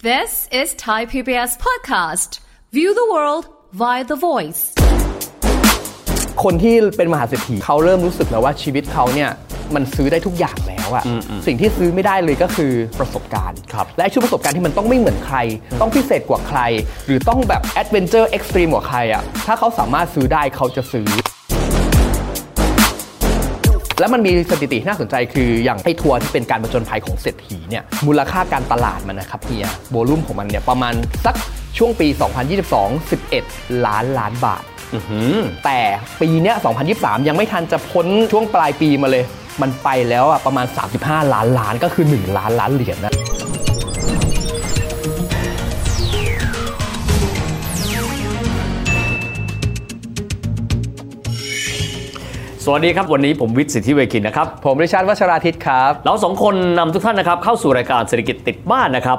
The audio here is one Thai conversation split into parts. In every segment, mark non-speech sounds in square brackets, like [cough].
This is Thai PBS podcast. View the world via the voice. คนที่เป็นมหาเศรษฐีเขาเริ่มรู้สึกแล้วว่าชีวิตเขาเนี่ยมันซื้อได้ทุกอย่างแล้วอะสิ่งที่ซื้อไม่ได้เลยก็คือประสบการณ์ ครับ และไอ้ชุดประสบการณ์ที่มันต้องไม่เหมือนใคร ต้องพิเศษกว่าใคร หรือต้องแบบแอดเวนเจอร์เอ็กซ์ตรีมกว่าใครอะถ้าเขาสามารถซื้อได้เขาจะซื้อ และมันมีสถิติที่น่าสนใจคืออย่างไอทัวร์ที่เป็นการประจนภัยของเศรษฐีเนี่ยมูลค่าการตลาดมันนะครับเฮียโวลุ่มของมันเนี่ยประมาณสักช่วงปี 2022 11 ล้านล้านบาท แต่ปีเนี้ย 2023 ยังไม่ทันจะพ้นช่วงปลายปีมาเลย มันไปแล้วอะประมาณ 35 ล้านล้านก็คือ 1 ล้านล้านเหรียญนะ สวัสดีครับ วันนี้ผมวิทย์สิทธิเวคินนะครับ ผมริชาร์ดวัชราทิตครับ เราสองคนนำทุกท่านนะครับเข้าสู่รายการเศรษฐกิจติดบ้านนะครับ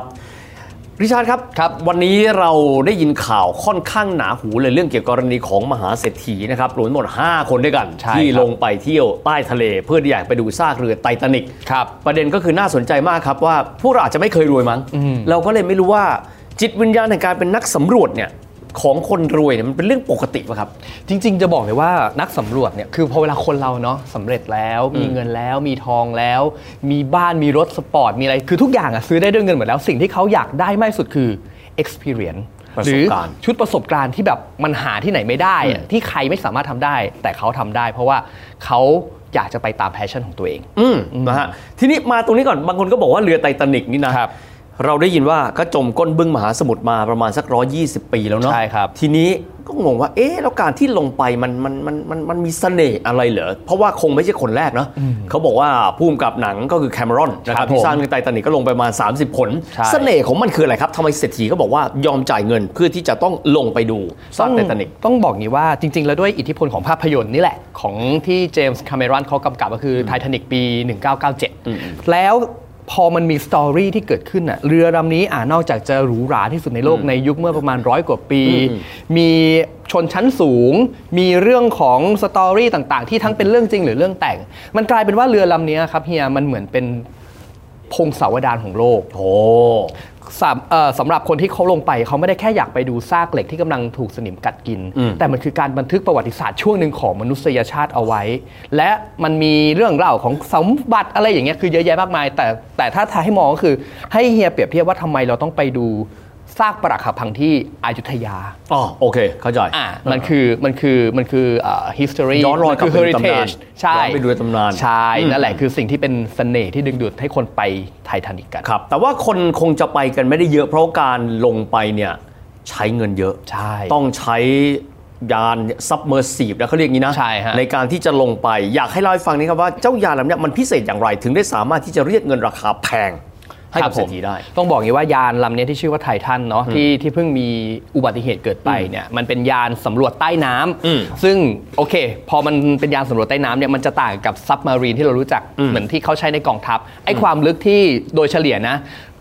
ริชาร์ดครับ ครับ วันนี้เราได้ยินข่าวค่อนข้างหนาหูเลยเรื่องเกี่ยวกับกรณีของมหาเศรษฐีนะครับรวมทั้งหมด 5 คนด้วยกัน ใช่ครับ ที่ลงไปเที่ยวใต้ทะเล เพื่อที่อยากไปดูซากเรือไททานิก ครับ ประเด็นก็คือน่าสนใจมากครับว่าพวกเราอาจจะไม่เคยรวยมั้ง เราก็เลยไม่รู้ว่าจิตวิญญาณแห่งการเป็นนักสำรวจเนี่ยของคนรวยเนี่ยมันเป็นเรื่องปกติป่ะครับ จริง ๆ จะบอกเลยว่านักสำรวจเนี่ยคือพอเวลาคนเราเนาะสำเร็จแล้วมีเงินแล้วมีทองแล้ว มีบ้านมีรถสปอร์ต มีอะไรคือทุกอย่างอะซื้อได้ด้วยเงินหมดแล้ว สิ่งที่เขาอยากได้มากที่สุดคือ experience ประ ห ส รื บ อ การณ์ ชุดประสบการณ์ที่แบบมันหาที่ไหนไม่ได้อะที่ใครไม่สามารถทำได้ แต่เขาทำได้ เพราะว่าเขาอยากจะไปตามแพชชั่นของตัวเอง อืมนะฮะทีนี้มาตรงนี้ก่อนบางคนก็บอกว่าเรือไททานิกนี่นะ ครับ เราได้ยินว่าก็จมก้นบึ้งมหาสมุทรมาประมาณสัก 120 ปีแล้วเนาะ ใช่ครับ ทีนี้ก็งงว่า เอ๊ะ แล้วการที่ลงไปมันมันมันมันมันมีเสน่ห์อะไรเหรอ เพราะว่าคงไม่ใช่คนแรกเนาะเขาบอกว่าผู้กำกับหนังก็คือแคมรอนนะคครั รับบ ผม ที่สร้างเรือไททานิกก็ลงไปประมาณ 30 ผล ใช่ เสน่ห์ของมันคืออะไรครับทำไมเศรษฐีก็บอกว่ายอมจ่ายเงินเพื่อที่จะต้องลงไปดูซากไททานิก ต้องบอกอย่างนี้ว่าจริง ๆ แล้วด้วยอิทธิพลของภาพยนตร์นี่แหละ ของที่เจมส์คาเมรอนเขากำกับก็คือไททานิกปี 1997 แล้วพอมันมีสตอรี่ที่เกิดขึ้นน่ะเรือลำนี้อ่านอกจากจะหรูหราที่สุดในโลกในยุคเมื่อประมาณร้อยกว่าปี มีชนชั้นสูง มีเรื่องของสตอรี่ต่างๆ ที่ทั้งเป็นเรื่องจริงหรือเรื่องแต่ง มันกลายเป็นว่าเรือลำนี้ครับเฮียมันเหมือนเป็นพงศาวดารของโลก โอ้ สำเอ่อสำหรับคนที่เขาลงไปเขาไม่ได้แค่อยากไปดูซากเหล็กที่กำลังถูกสนิมกัดกิน แต่มันคือการบันทึกประวัติศาสตร์ช่วงหนึ่งของมนุษยชาติเอาไว้ และมันมีเรื่องเล่าของสมบัติอะไรอย่างเงี้ยคือเยอะแยะมากมาย แต่แต่ถ้าทายให้มองก็คือให้เฮียเปรียบเทียบว่าทำไมเราต้องไปดูซากปรักหักพังที่อยุธยา อ๋อโอเค เข้าใจ อ่ะมันคือมันคือมันคือเอ่อ history ย้อนรอยกลับ มัคื ไปดูตำนาน heritage ใช่ ย้อนไปดูตำนาน ใช่ อืม นั่นแหละคือสิ่งที่เป็นเสน่ห์ที่ดึงดูดให้คนไปไททานิกกัน ครับแต่ว่าคนคงจะไปกันไม่ได้เยอะ เพราะการลงไปเนี่ยใช้เงินเยอะ ใช่ ต้องใช้ยานซับเมอร์ซีฟนะเขาเรียกงี้นะ ใช่ฮะ การที่จะลงไปอยากให้เล่าให้ฟังนี้ครับว่าเจ้ายานลำเนี้ยมันพิเศษอย่างไรถึงได้สามารถที่จะเรียกเงินราคาแพงให้กับ ค เศร ผม ษฐีได้ ต้องบอกอย่างนี้ว่ายานลำเนี้ยที่ชื่อว่าไททันเนาะที่ที่เพิ่งมีอุบัติเหตุเกิดไปเนี่ยมันเป็นยานสำรวจใต้น้ำ อืม ซึ่งโอเค พอมันเป็นยานสำรวจใต้น้ำเนี่ยมันจะต่างกับซับมารีนที่เรารู้จักเหมือนที่เขาใช้ในกองทัพไอ้ความลึกที่โดยเฉลี่ยนะ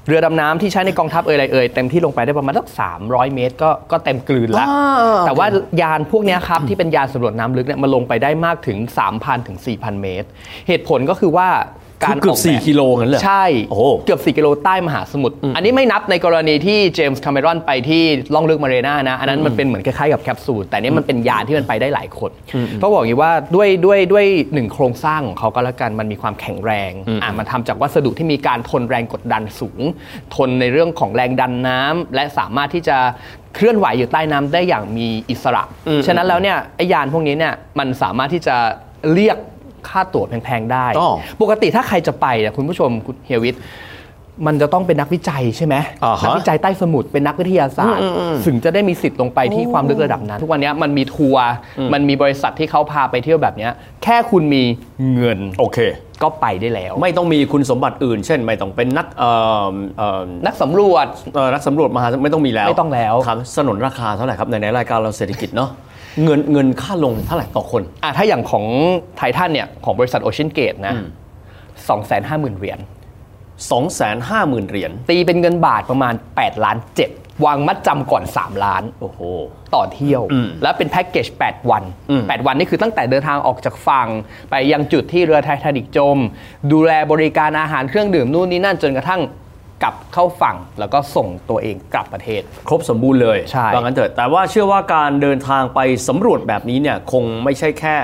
เรือดำน้ำที่ใช้ในกองทัพเอ่ยอะไรเอ่ยเต็มที่ลงไปได้ประมาณสัก300 เมตร ก็ก็เต็มกลืนละ อ่า แต่ว่ายานพวกเนี้ยครับที่เป็นยานสำรวจน้ำลึกเนี่ยมันลงไปได้มากถึง 3,000ถึง4,000 เมตร เหตุผลก็คือว่าการ คือเกือบ แบบ 4กิโลงั้นเลย ใช่ โอ้โห เกือบ 4 กิโลใต้มหาสมุทรอันนี้ไม่นับในกรณีที่เจมส์คาเมรอนไปที่ล่องเลือกมาเรนานะ อันนั้นมันเป็นเหมือนคล้ายๆกับแคปซูลแต่เนี้ยมันเป็นยานที่มันไปได้หลายคนต้องบอกอย่างนี้ว่าด้วยด้วยด้วยหนึ่งโครงสร้างของเขาก็แล้วกันมันมีความแข็งแรงอ่ะมันทำจากวัสดุที่มีการทนแรงกดดันสูง ทนในเรื่องของแรงดันน้ำและสามารถที่จะเคลื่อนไหวอยู่ใต้น้ำได้อย่างมีอิสระฉะนั้นแล้วเนี่ยไอยานพวกนี้เนี่ยมันสามารถที่จะเรียกค่าตั๋วแพงๆได้ อ๋อ ปกติถ้าใครจะไปเนี่ยคุณผู้ชมคุณเฮียวิทย์มันจะต้องเป็นนักวิจัยใช่ไหม อ่าฮะ นัวิจัยใต้สมุทรเป็นนักวิทยาศาสตร์ ถึงจะได้มีสิทธิ์ลงไปที่ความลึกระดับนั้น ทุกวันเนี้ยมันมีทัวร์มันมีบริษัทที่เขาพาไปเที่ยวแบบเนี้ยแค่คุณมีเงิน โอเค ก็ไปได้แล้ว ไม่ต้องมีคุณสมบัติอื่น เช่น ไม่ต้องเป็นนักเอ่อเอ่อ นักสำรวจ เอ่อนักสำรวจมหาไม่ต้องมีแล้ว ไม่ต้องแล้ว ครับสนนราคาเท่าไหร่ครับในในรายการเราเศรษฐกิจเนาะเงินเงินค่าลงเท่าไหร่ต่อคน อ่ะถ้าอย่างของไททันเนี่ยของบริษัทโอเชียนเกตนะสองแสนห้าหมื่นเหรียญ 250,000เหรียญ ตีเป็นเงินบาทประมาณ 8 ล้านเจ็ดวางมัดจำก่อน 3 ล้าน โอ้โห ต่อเที่ยว แล้วเป็นแพ็กเกจ 8 วัน 8 วันนี่คือตั้งแต่เดินทางออกจากฝั่ง ไปยังจุดที่เรือไททานิกจม ดูแลบริการอาหารเครื่องดื่มนู่นนี่นั่นจนกระทั่ง กลับเข้าฝั่ง แล้วก็ส่งตัวเองกลับประเทศ ครบสมบูรณ์เลย ใช่ ว่างั้นเถิดแต่ว่าเชื่อว่าการเดินทางไปสำรวจแบบนี้เนี่ยคงไม่ใช่แค่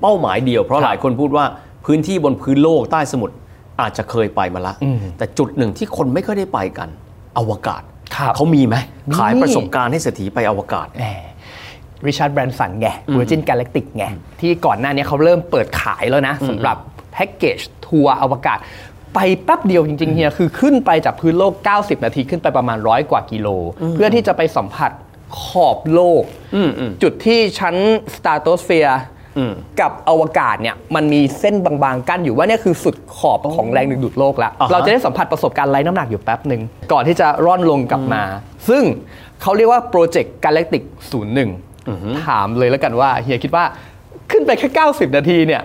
เป้าหมายเดียว เพราะหลายคนพูดว่าพื้นที่บนพื้นโลกใต้สมุทรอาจจะเคยไปมาละ แต่จุดหนึ่งที่คนไม่ค่อยได้ไปกัน อวกาศเขามีไหมขายประสบการณ์ให้เศรษฐีไปอวกาศเนี่ย ริชาร์ดแบรนสันไง Virgin Galactic ไง ที่ก่อนหน้านี้เขาเริ่มเปิดขายแล้วนะสำหรับแพ็กเกจทัวร์อวกาศ ไปแป๊บเดียวจริงๆเฮียคือขึ้นไปจากพื้นโลก 90 นาทีขึ้นไปประมาณร้อยกว่ากิโล เพื่อที่จะไปสัมผัสขอบโลก จุดที่ชั้นสตาร์โตสเฟียร์กับอวกาศเนี่ยมันมีเส้นบางๆกั้นอยู่ว่าเนี่ยคือสุดขอบของแรงดึงดูดโลกแล้ว อ่าฮะ เราจะได้สัมผัสประสบการณ์ไร้น้ำหนักอยู่แป๊บหนึ่งก่อนที่จะร่อนลงกลับมา ซึ่งเขาเรียกว่าโปรเจกต์ Galactic 01 ถามเลยแล้วกันว่าเฮียคิดว่าขึ้นไปแค่ 90 นาทีเนี่ย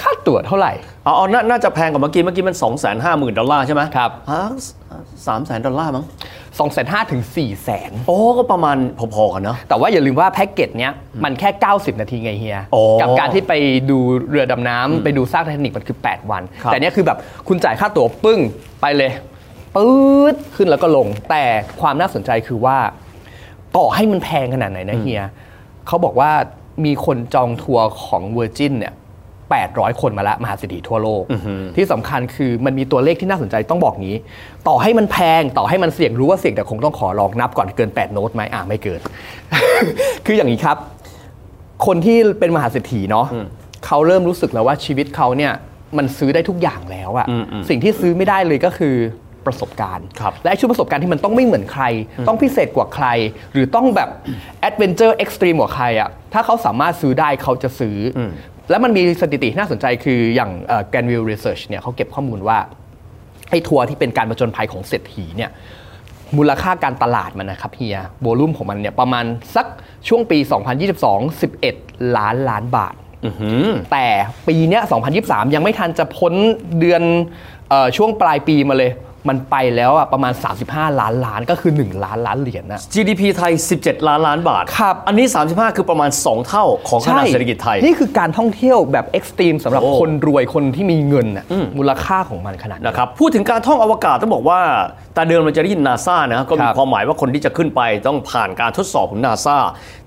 ค่าตั๋วเท่าไหร่ เอาเอาน่าน่าจะแพงกว่าเมื่อกี้เมื่อกี้มัน 2 5 0 0 0 0 ดอลลาร์ใช่ไหม ครับ สามแสนดอลลาร์มั้ง 2 5 0 0 0ถึง4 0 0 0 โอ้ก็ประมาณพอๆกันเนาะ แต่ว่าอย่าลืมว่าแพ็กเกจเนี้ยมันแค่ 90 นาทีไงเฮีย อ๋อ กับการที่ไปดูเรือดำน้ำไปดูซากไททานิกมันคือ 8 วัน ครับ แต่เนี้ยคือแบบคุณจ่ายค่าตั๋วปึ้งไปเลยปื๊ดขึ้นแล้วก็ลง แต่ความน่าสนใจคือว่า ต่อให้มันแพงขนาดไหนนะเฮียเขาบอกว่ามีคนจองทัวร์ของ Virgin เนี่ย 800 คนมาละมหาเศรษฐีทั่วโลก ที่สำคัญคือมันมีตัวเลขที่น่าสนใจต้องบอกงี้ ต่อให้มันแพงต่อให้มันเสี่ยงรู้ว่าเสี่ยงแต่คงต้องขอลองนับก่อนเกิน 8 โน้ตไหมอ่าไม่เกิน [laughs] คืออย่างนี้ครับ คนที่เป็นมหาเศรษฐีเนาะเขาเริ่มรู้สึกแล้วว่าชีวิตเขาเนี่ยมันซื้อได้ทุกอย่างแล้วอะสิ่งที่ซื้อไม่ได้เลยก็คือประสบการณ์ ครับ และไอ้ชุดประสบการณ์ที่มันต้องไม่เหมือนใคร ต้องพิเศษกว่าใคร หรือต้องแบบแอดเวนเจอร์เอ็กซ์ตรีมกว่าใครอะถ้าเขาสามารถซื้อได้เขาจะซื้ออแล้วมันมีสถิติที่น่าสนใจคืออย่างแกนวิลเรซูชเนี่ยเขาเก็บข้อมูลว่าไอ้ทัวร์ที่เป็นการประจนภัยของเศรษฐีเนี่ย มูลค่าการตลาดมันนะครับเฮียโวลุ่มของมันเนี่ยประมาณสักช่วงปี 2022 11 ล้านล้านบาท แต่ปีเนี้ย2023 ยังไม่ทันจะพ้นเดือนเออช่วงปลายปีมาเลย มันไปแล้วอะประมาณ 35 ล้านล้านก็คือ 1 ล้านล้านเหรียญนะ GDP ไทย 17 ล้านล้านบาท ครับ อันนี้ 35 คือประมาณ 2 เท่าของขนาดเศรษฐกิจไทย นี่คือการท่องเที่ยวแบบเอ็กซ์ตรีมสำหรับ โอ้ คนรวยคนที่มีเงินน่ะมูลค่าของมันขนาดนั้ นะ น ครับพูดถึงการท่องอวกาศต้องบอกว่าแต่เดิมเราจะได้ยินนาซานะก็มี ครับ ความหมายว่าคนที่จะขึ้นไปต้องผ่านการทดสอบของนาซา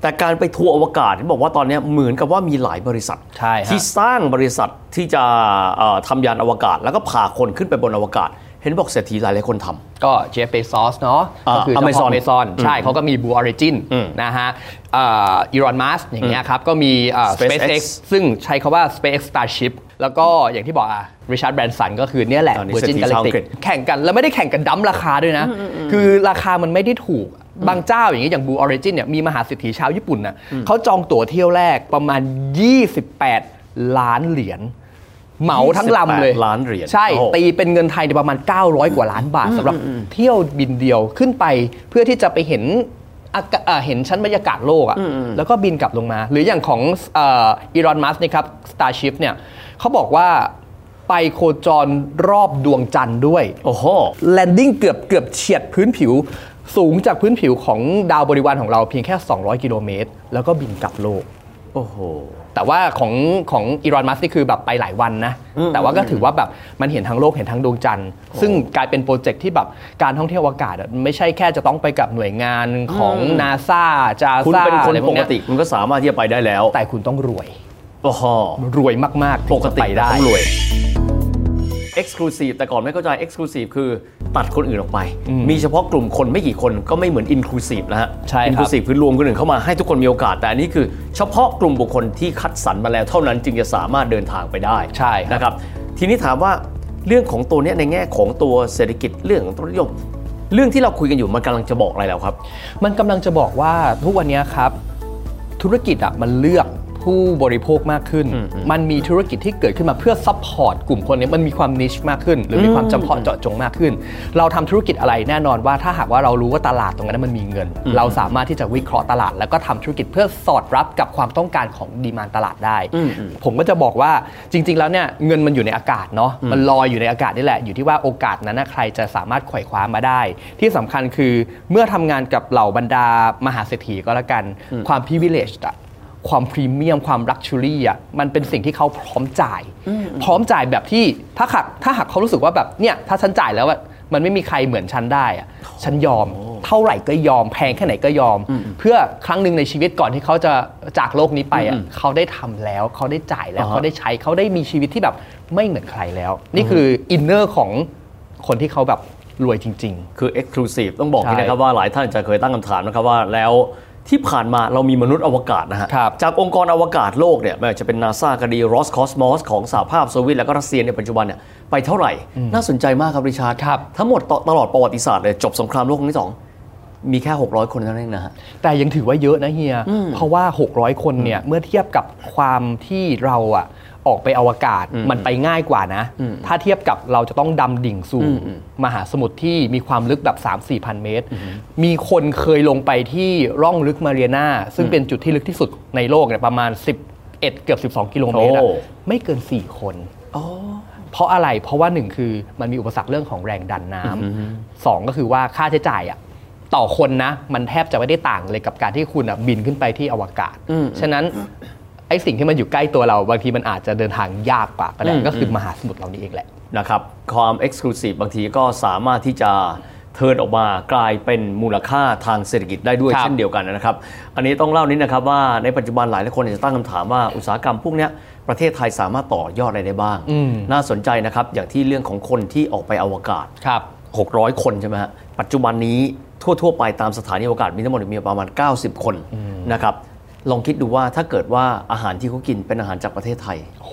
แต่การไปทัวร์อวกาศที่บอกว่าตอนนี้เหมือนกับว่ามีหลายบริษัท ใช่ฮะ ที่สร้างบริษัทที่จะเอ่อทำยานอวกาศ แล้วก็พาคนขึ้นไปบนอวกาศ เห็นบอกเศรษฐีหลายหลายๆคนทำ ก็เจฟเบซอสเนาะ อ่า ก็คือเจ้าของ Amazon อเมซอนใช่เขาก็มีบูออริจินนะฮะอีรอนมัสอย่างเงี้ยครับ ก็มีเอ่อ SpaceX SpaceX ซึ่งใช้คาว่า SpaceX Starship แล้วก็อย่างที่บอกอ่ะริชาร์ดแบรนสันก็คือเนี่ยแหละ ตอนนี้ Virgin เศรษฐีชาวอังกฤ Galactic ษ แข่งกันแล้วไม่ได้แข่งกันดั้มราคาด้วยนะ คือราคามันไม่ได้ถูกบางเจ้าอย่างนี้ยอย่างบูออริจินเนี่ยมีมหาเศรษฐีชาวญี่ปุ่นน่ะเขาจองตั๋วเที่ยวแรกประมาณ 28 ล้านเหรียญเหมาทั้งลำเลย 28ล้านเหรียญ ใช่ โอ้โห ตี เป็นเงินไทยเนี่ยประมาณ 900 กว่าล้านบาทสำหรับเที่ยวบินเดียวขึ้นไปเพื่อที่จะไปเห็นอากาเอ่อเห็นชั้นบรรยากาศโลกอะแล้วก็บินกลับลงมา หรืออย่างของเอีรอนมัสนี่ครับ Starship เนี่ยเขาบอกว่าไปโคจรรอบดวงจันทร์ด้วย โอ้โห แลนดิ้งเกือบเกือบเฉียดพื้นผิว สูงจากพื้นผิวของดาวบริวารของเราเพียงแค่ 200 กิโลเมตร แล้วก็บินกลับโลก โอ้โห แต่ว่าของของอีรอนมัสนี่คือแบบไปหลายวันนะ แต่ว่าก็ถือว่าแบบมันเห็นทั้งโลกเห็นทั้งดวงจันทร์ ซึ่งกลายเป็นโปรเจกต์ที่แบบการท่องเที่ยวอากาศอะไม่ใช่แค่จะต้องไปกับหน่วยงานของนาซาจา คุณ ซา เป็นคน อะไรพ ป ว ก เย ติคุณก็สามารถที่จะไปได้แล้ว แต่คุณต้องรวย โอ้โห รวยมากๆถึงจะ ปกติ ไปได้ ต้องรวย Exclusive แต่ก่อนไม่เข้าใจ Exclusive คือตัดคนอื่นออกไป มีเฉพาะกลุ่มคนไม่กี่คนก็ไม่เหมือน Inclusive นะฮะ ใช่ครับ Inclusive คือรวมคนอื่นเข้ามาให้ทุกคนมีโอกาส แต่อันนี้คือเฉพาะกลุ่มบุคคลที่คัดสรรมาแล้วเท่านั้นจึงจะสามารถเดินทางไปได้ ใช่ครับ นะครับ ทีนี้ถามว่าเรื่องของตัวเนี้ยในแง่ของตัวเศรษฐกิจเรื่องของตัวนิยม เรื่องที่เราคุยกันอยู่มันกำลังจะบอกอะไรแล้วครับ มันกำลังจะบอกว่าทุกวันเนี้ยครับ ธุรกิจอ่ะมันเลือกผู้บริโภคมากขึ้น มันมีธุรกิจที่เกิดขึ้นมาเพื่อซัพพอร์ตกลุ่มคนเนี้มันมีความนิชมากขึ้น หรือมีความจำเพาะเจาะจงมากขึ้น เราทำธุรกิจอะไรแน่นอนว่าถ้าหากว่าเรารู้ว่าตลาดตรงนั้นมันมีเงิน เราสามารถที่จะวิเคราะห์ตลาด แล้วก็ทำธุรกิจเพื่อสอดรับกับความต้องการของดีมานตลาดได้ ผมก็จะบอกว่าจริง ๆ แล้วเนี่ยเงินมันอยู่ในอากาศเนาะมันลอยอยู่ในอากาศนี่แหละ อยู่ที่ว่าโอกาสนั้นนะใครจะสามารถไขว่คว้ามาได้ ที่สำคัญคือเมื่อทำงานกับเหล่าบรรดามหาเศรษฐีก็แล้วกันความพิเวเลชอะ ความพรีเมียมความลักชัวรี่อ่ะมันเป็นสิ่งที่เขาพร้อมจ่าย พร้อมจ่ายแบบที่ถ้าขักถ้าหากเขารู้สึกว่าแบบเนี่ยถ้าฉันจ่ายแล้วอะ มันไม่มีใครเหมือนฉันได้อะฉันยอม เท่าไหร่ก็ยอมแพงแค่ไหนก็ยอม เพื่อครั้งหนึ่งในชีวิตก่อนที่เขาจะจากโลกนี้ไปอะเขาได้ทำแล้วเขาได้จ่ายแล้ว อ่าฮะ เขาได้ใช้เขาได้มีชีวิตที่แบบไม่เหมือนใครแล้ว นี่คืออินเนอร์ของคนที่เขาแบบรวยจริง ๆ คือ Exclusive ต้องบอกอย่างนี้ ใช่ นะครับว่าหลายท่านจะเคยตั้งคำถามนะครับว่าแล้วที่ผ่านมาเรามีมนุษย์อวกาศนะฮะ ครับ จากองค์กรอวกาศโลกเนี่ยไม่ว่าจะเป็นนาซาก็ดีรอสคอสมอสของสหภาพโซเวียตแล้วก็รัสเซียในปัจจุบันเนี่ยไปเท่าไหร่ น่าสนใจมากครับริชาร์ด ครับ ทั้งหมดตตลอดประวัติศาสตร์เลย จบสงครามโลกครั้งที่สองมีแค่ 600 คนเท่านั้นเองนะฮะ แต่ยังถือว่าเยอะนะเฮีย เพราะว่า 600 คนเนี่ย เมื่อเทียบกับความที่เราอะออกไปอวกาศมันไปง่ายกว่านะ ถ้าเทียบกับเราจะต้องดำดิ่งสู่มหาสมุทรที่มีความลึกแบบ 3 4 พันเมตร มีคนเคยลงไปที่ร่องลึกมาเรียนาซึ่งเป็นจุดที่ลึกที่สุดในโลกเนี่ยประมาณ 11 เกือบ 12 กิโลเมตรอะ โอ้ ไม่เกิน 4 คน เพราะอะไร เพราะว่าหนึ่งคือมันมีอุปสรรคเรื่องของแรงดันน้ำสองก็คือว่าค่าใช้จ่ายอะต่อคนนะ มันแทบจะไม่ได้ต่างเลยกับการที่คุณอะบินขึ้นไปที่อวกาศ ฉะนั้นไอ้สิ่งที่มันอยู่ใกล้ตัวเราบางทีมันอาจจะเดินทางยากกว่าก็ได้ก็คือมหาสมุทรเรานี่เองแหละ นะครับความ Exclusive บางทีก็สามารถที่จะเทิร์นออกมากลายเป็นมูลค่าทางเศรษฐกิจได้ด้วย ครับ เช่นเดียวกันนะครับ อันนี้ต้องเล่านิดนะครับว่าในปัจจุบันหลายคนอาจจะตั้งคำถามว่าอุตสาหกรรมพวกเนี้ยประเทศไทยสามารถต่อยอดอะไรได้บ้าง อืม น่าสนใจนะครับอย่างที่เรื่องของคนที่ออกไปอวกาศ ครับ 600 คนใช่ไหมฮะ ปัจจุบันนี้ทั่ว ๆ ไปตามสถานีอวกาศมีทั้งหมดมีประมาณ 90 คนนะครับลองคิดดูว่าถ้าเกิดว่าอาหารที่เขากินเป็นอาหารจากประเทศไทย โห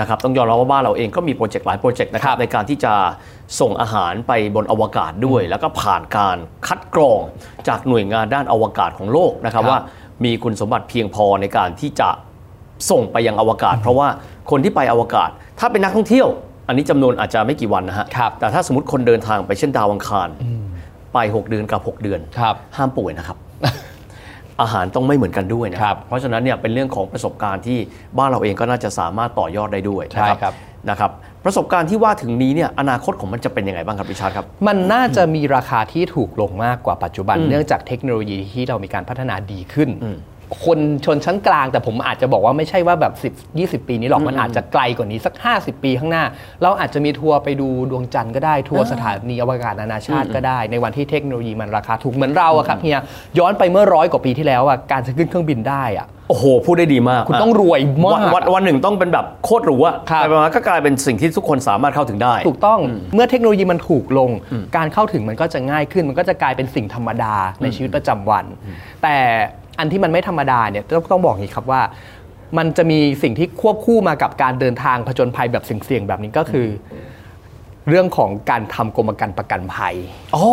นะครับต้องยอมรับว่าบ้านเราเองก็มีโปรเจกต์หลายโปรเจกต์นะครั ค บ รับ ในการที่จะส่งอาหารไปบนอวกาศด้วย แล้วก็ผ่านการคัดกรองจากหน่วยงานด้านอวกาศของโลกนะครับ ครับ ว่ามีคุณสมบัติเพียงพอในการที่จะส่งไปยังอวกาศ เพราะว่าคนที่ไปอวกาศ ถ้าเป็นนักท่องเที่ยว อันนี้จำนวนอาจจะไม่กี่วันนะฮะ ครับ แต่ถ้าสมมติคนเดินทางไปเช่นดาวอังคารไป 6 เดือนกับหกเดือน ครับ ห้ามป่วยนะครับ [laughs] อาหารต้องไม่เหมือนกันด้วยนะครับ เพราะฉะนั้นเนี่ยเป็นเรื่องของประสบการณ์ที่บ้านเราเองก็น่าจะสามารถต่อยอดได้ด้วยนะ ใช่ครับ นะครับ ประสบการณ์ที่ว่าถึงนี้เนี่ยอนาคตของมันจะเป็นยังไงบ้างครับพิชาร์ดครับ มันน่าจะมีราคาที่ถูกลงมากกว่าปัจจุบัน เนื่องจากเทคโนโลยีที่เรามีการพัฒนาดีขึ้น คนชนชั้นกลางแต่ผมอาจจะบอกว่าไม่ใช่ว่าแบบ 10 20 ปีนี้หรอกมันอาจจะไกลกว่านี้สัก 50 ปีข้างหน้า เราอาจจะมีทัวร์ไปดูดวงจันทร์ก็ได้ทัวร์สถานีอวกาศนานาชาติก็ได้ ในวันที่เทคโนโลยีมันราคาถูกเหมือนเราอะครับเฮียย้อนไปเมื่อร้อยกว่าปีที่แล้วอะการจะขึ้นเครื่องบินได้อะ โอ้โห พูดได้ดีมาก คุณต้องรวยมาก วันวันวันหนึ่งต้องเป็นแบบโคตรหรูอะ ครับ ไปมาๆก็กลายเป็นสิ่งที่ทุกคนสามารถเข้าถึงได้ ถูกต้องเมื่อเทคโนโลยีมันถูกลง การเข้าถึงมันก็จะง่ายขึ้น มันก็จะกลายเป็นสิ่งธรรมดาในชีวิตประจำวัน แต่อันที่มันไม่ธรรมดาเนี่ยต้องต้องบอกอย่างนี้ครับว่า มันจะมีสิ่งที่ควบคู่มากับการเดินทางผจญภัยแบบเสี่ยงๆแบบนี้ก็คืออเรื่องของการทำกรมการประกันภัย อ๋อ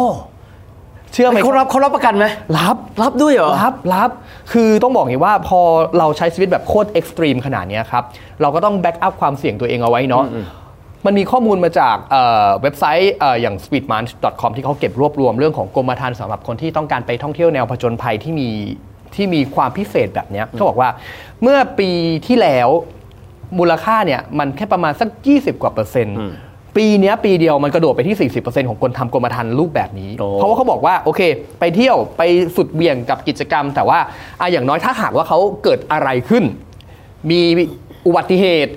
เชื่อไหม เขารับเขารับประกันไหม รับ รับด้วยเหรอ รับรับคือต้องบอกอย่างนี้ว่าพอเราใช้ชีวิตแบบโคตรเอ็กซ์ตรีมขนาดเนี้ยครับ เราก็ต้องแบ็กอัพความเสี่ยงตัวเองเอาไว้เนาะมันมีข้อมูลมาจากเอ่อเว็บไซต์เอ่ออย่าง speedmunch.com ที่เขาเก็บรวบรวมเรื่องของกรมธรรม์สำหรับคนที่ต้องการไปท่องเที่ยวแนวผจญภัยที่มีที่มีความพิเศษแบบเนี้ยเขาบอกว่าเมื่อปีที่แล้วมูลค่าเนี่ยมันแค่ประมาณสัก 20 กว่าเปอร์เซ็นต์ ปีเนี้ยปีเดียวมันกระโดดไปที่ 40%ของคนทำกรมธรรม์รูปแบบนี้ โอ้ เพราะว่าเขาบอกว่าโอเค ไปเที่ยวไปสุดเหวี่ยงกับกิจกรรม แต่ว่าอ่ะอย่างน้อยถ้าหากว่าเขาเกิดอะไรขึ้น มีอุบัติเหตุ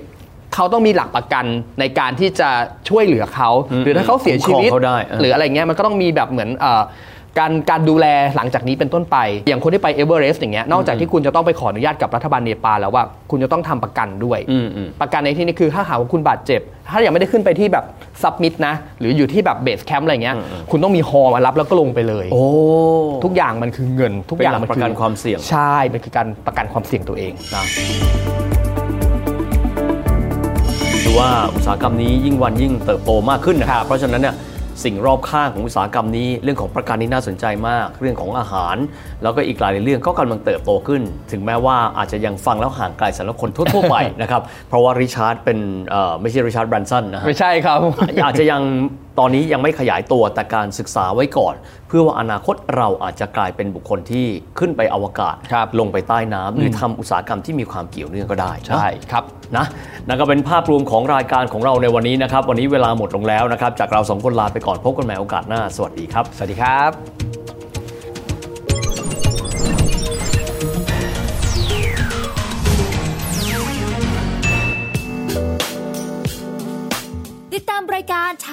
เขาต้องมีหลักประกันในการที่จะช่วยเหลือเขา อืม หรือถ้าเขาเสียชีวิต คุ้มครองเขาได้เออ หรืออะไรเงี้ยมันก็ต้องมีแบบเหมือนเอ่อการการดูแลหลังจากนี้เป็นต้นไป อย่างคนที่ไปเอเวอเรสต์อย่างเงี้ยนอกจากที่คุณจะต้องไปขออนุญาตกับรัฐบาลเนปาลแล้วว่าคุณจะต้องทำประกันด้วย อืมอืม ประกันในที่นี้คือถ้าหากว่าคุณบาดเจ็บ ถ้ายังไม่ได้ขึ้นไปที่แบบซับมิดนะ หรืออยู่ที่แบบเบสแคมป์อะไรเงี้ย คุณต้องมีฮอมารับแล้วก็ลงไปเลย โอ้ ทุกอย่างมันคือเงิน ทุกอย่างมั เป็นหลักประกันความเสี่ยง ใช่ มันคือการประกันความเสี่ยงตัวเองนะ ดูว่าอุตสาหกรรมนี้ยิ่งวันยิ่งเติบโตมากขึ้นนะครับ เพราะฉะนั้นเนี่ยสิ่งรอบข้างของอุตสาหกรรมนี้ เรื่องของประกันนี่น่าสนใจมาก เรื่องของอาหาร แล้วก็อีกหลายๆเรื่องก็กำลังเติบโตขึ้น ถึงแม้ว่าอาจจะยังฟังแล้วห่างไกลสำหรับคนทั่วๆไป นะครับเพราะว่าริชาร์ดเป็นเอ่อไม่ใช่ริชาร์ดแบรนสันนะฮะ ไม่ใช่ครับ อาจจะยังตอนนี้ยังไม่ขยายตัวแต่การศึกษาไว้ก่อน เพื่อว่าอนาคตเราอาจจะกลายเป็นบุคคลที่ขึ้นไปอวกาศ ครับ ลงไปใต้น้ำหรือทำอุตสาหกรรมที่มีความเกี่ยวเนื่องก็ได้นะ ใช่ครับ นะนั่นก็เป็นภาพรวมของรายการของเราในวันนี้นะครับ วันนี้เวลาหมดลงแล้วนะครับ จากเราสองคนลาไปก่อนพบกันใหม่โอกาสหน้า สวัสดีครับ สวัสดีครับ ติดตามรายการ ท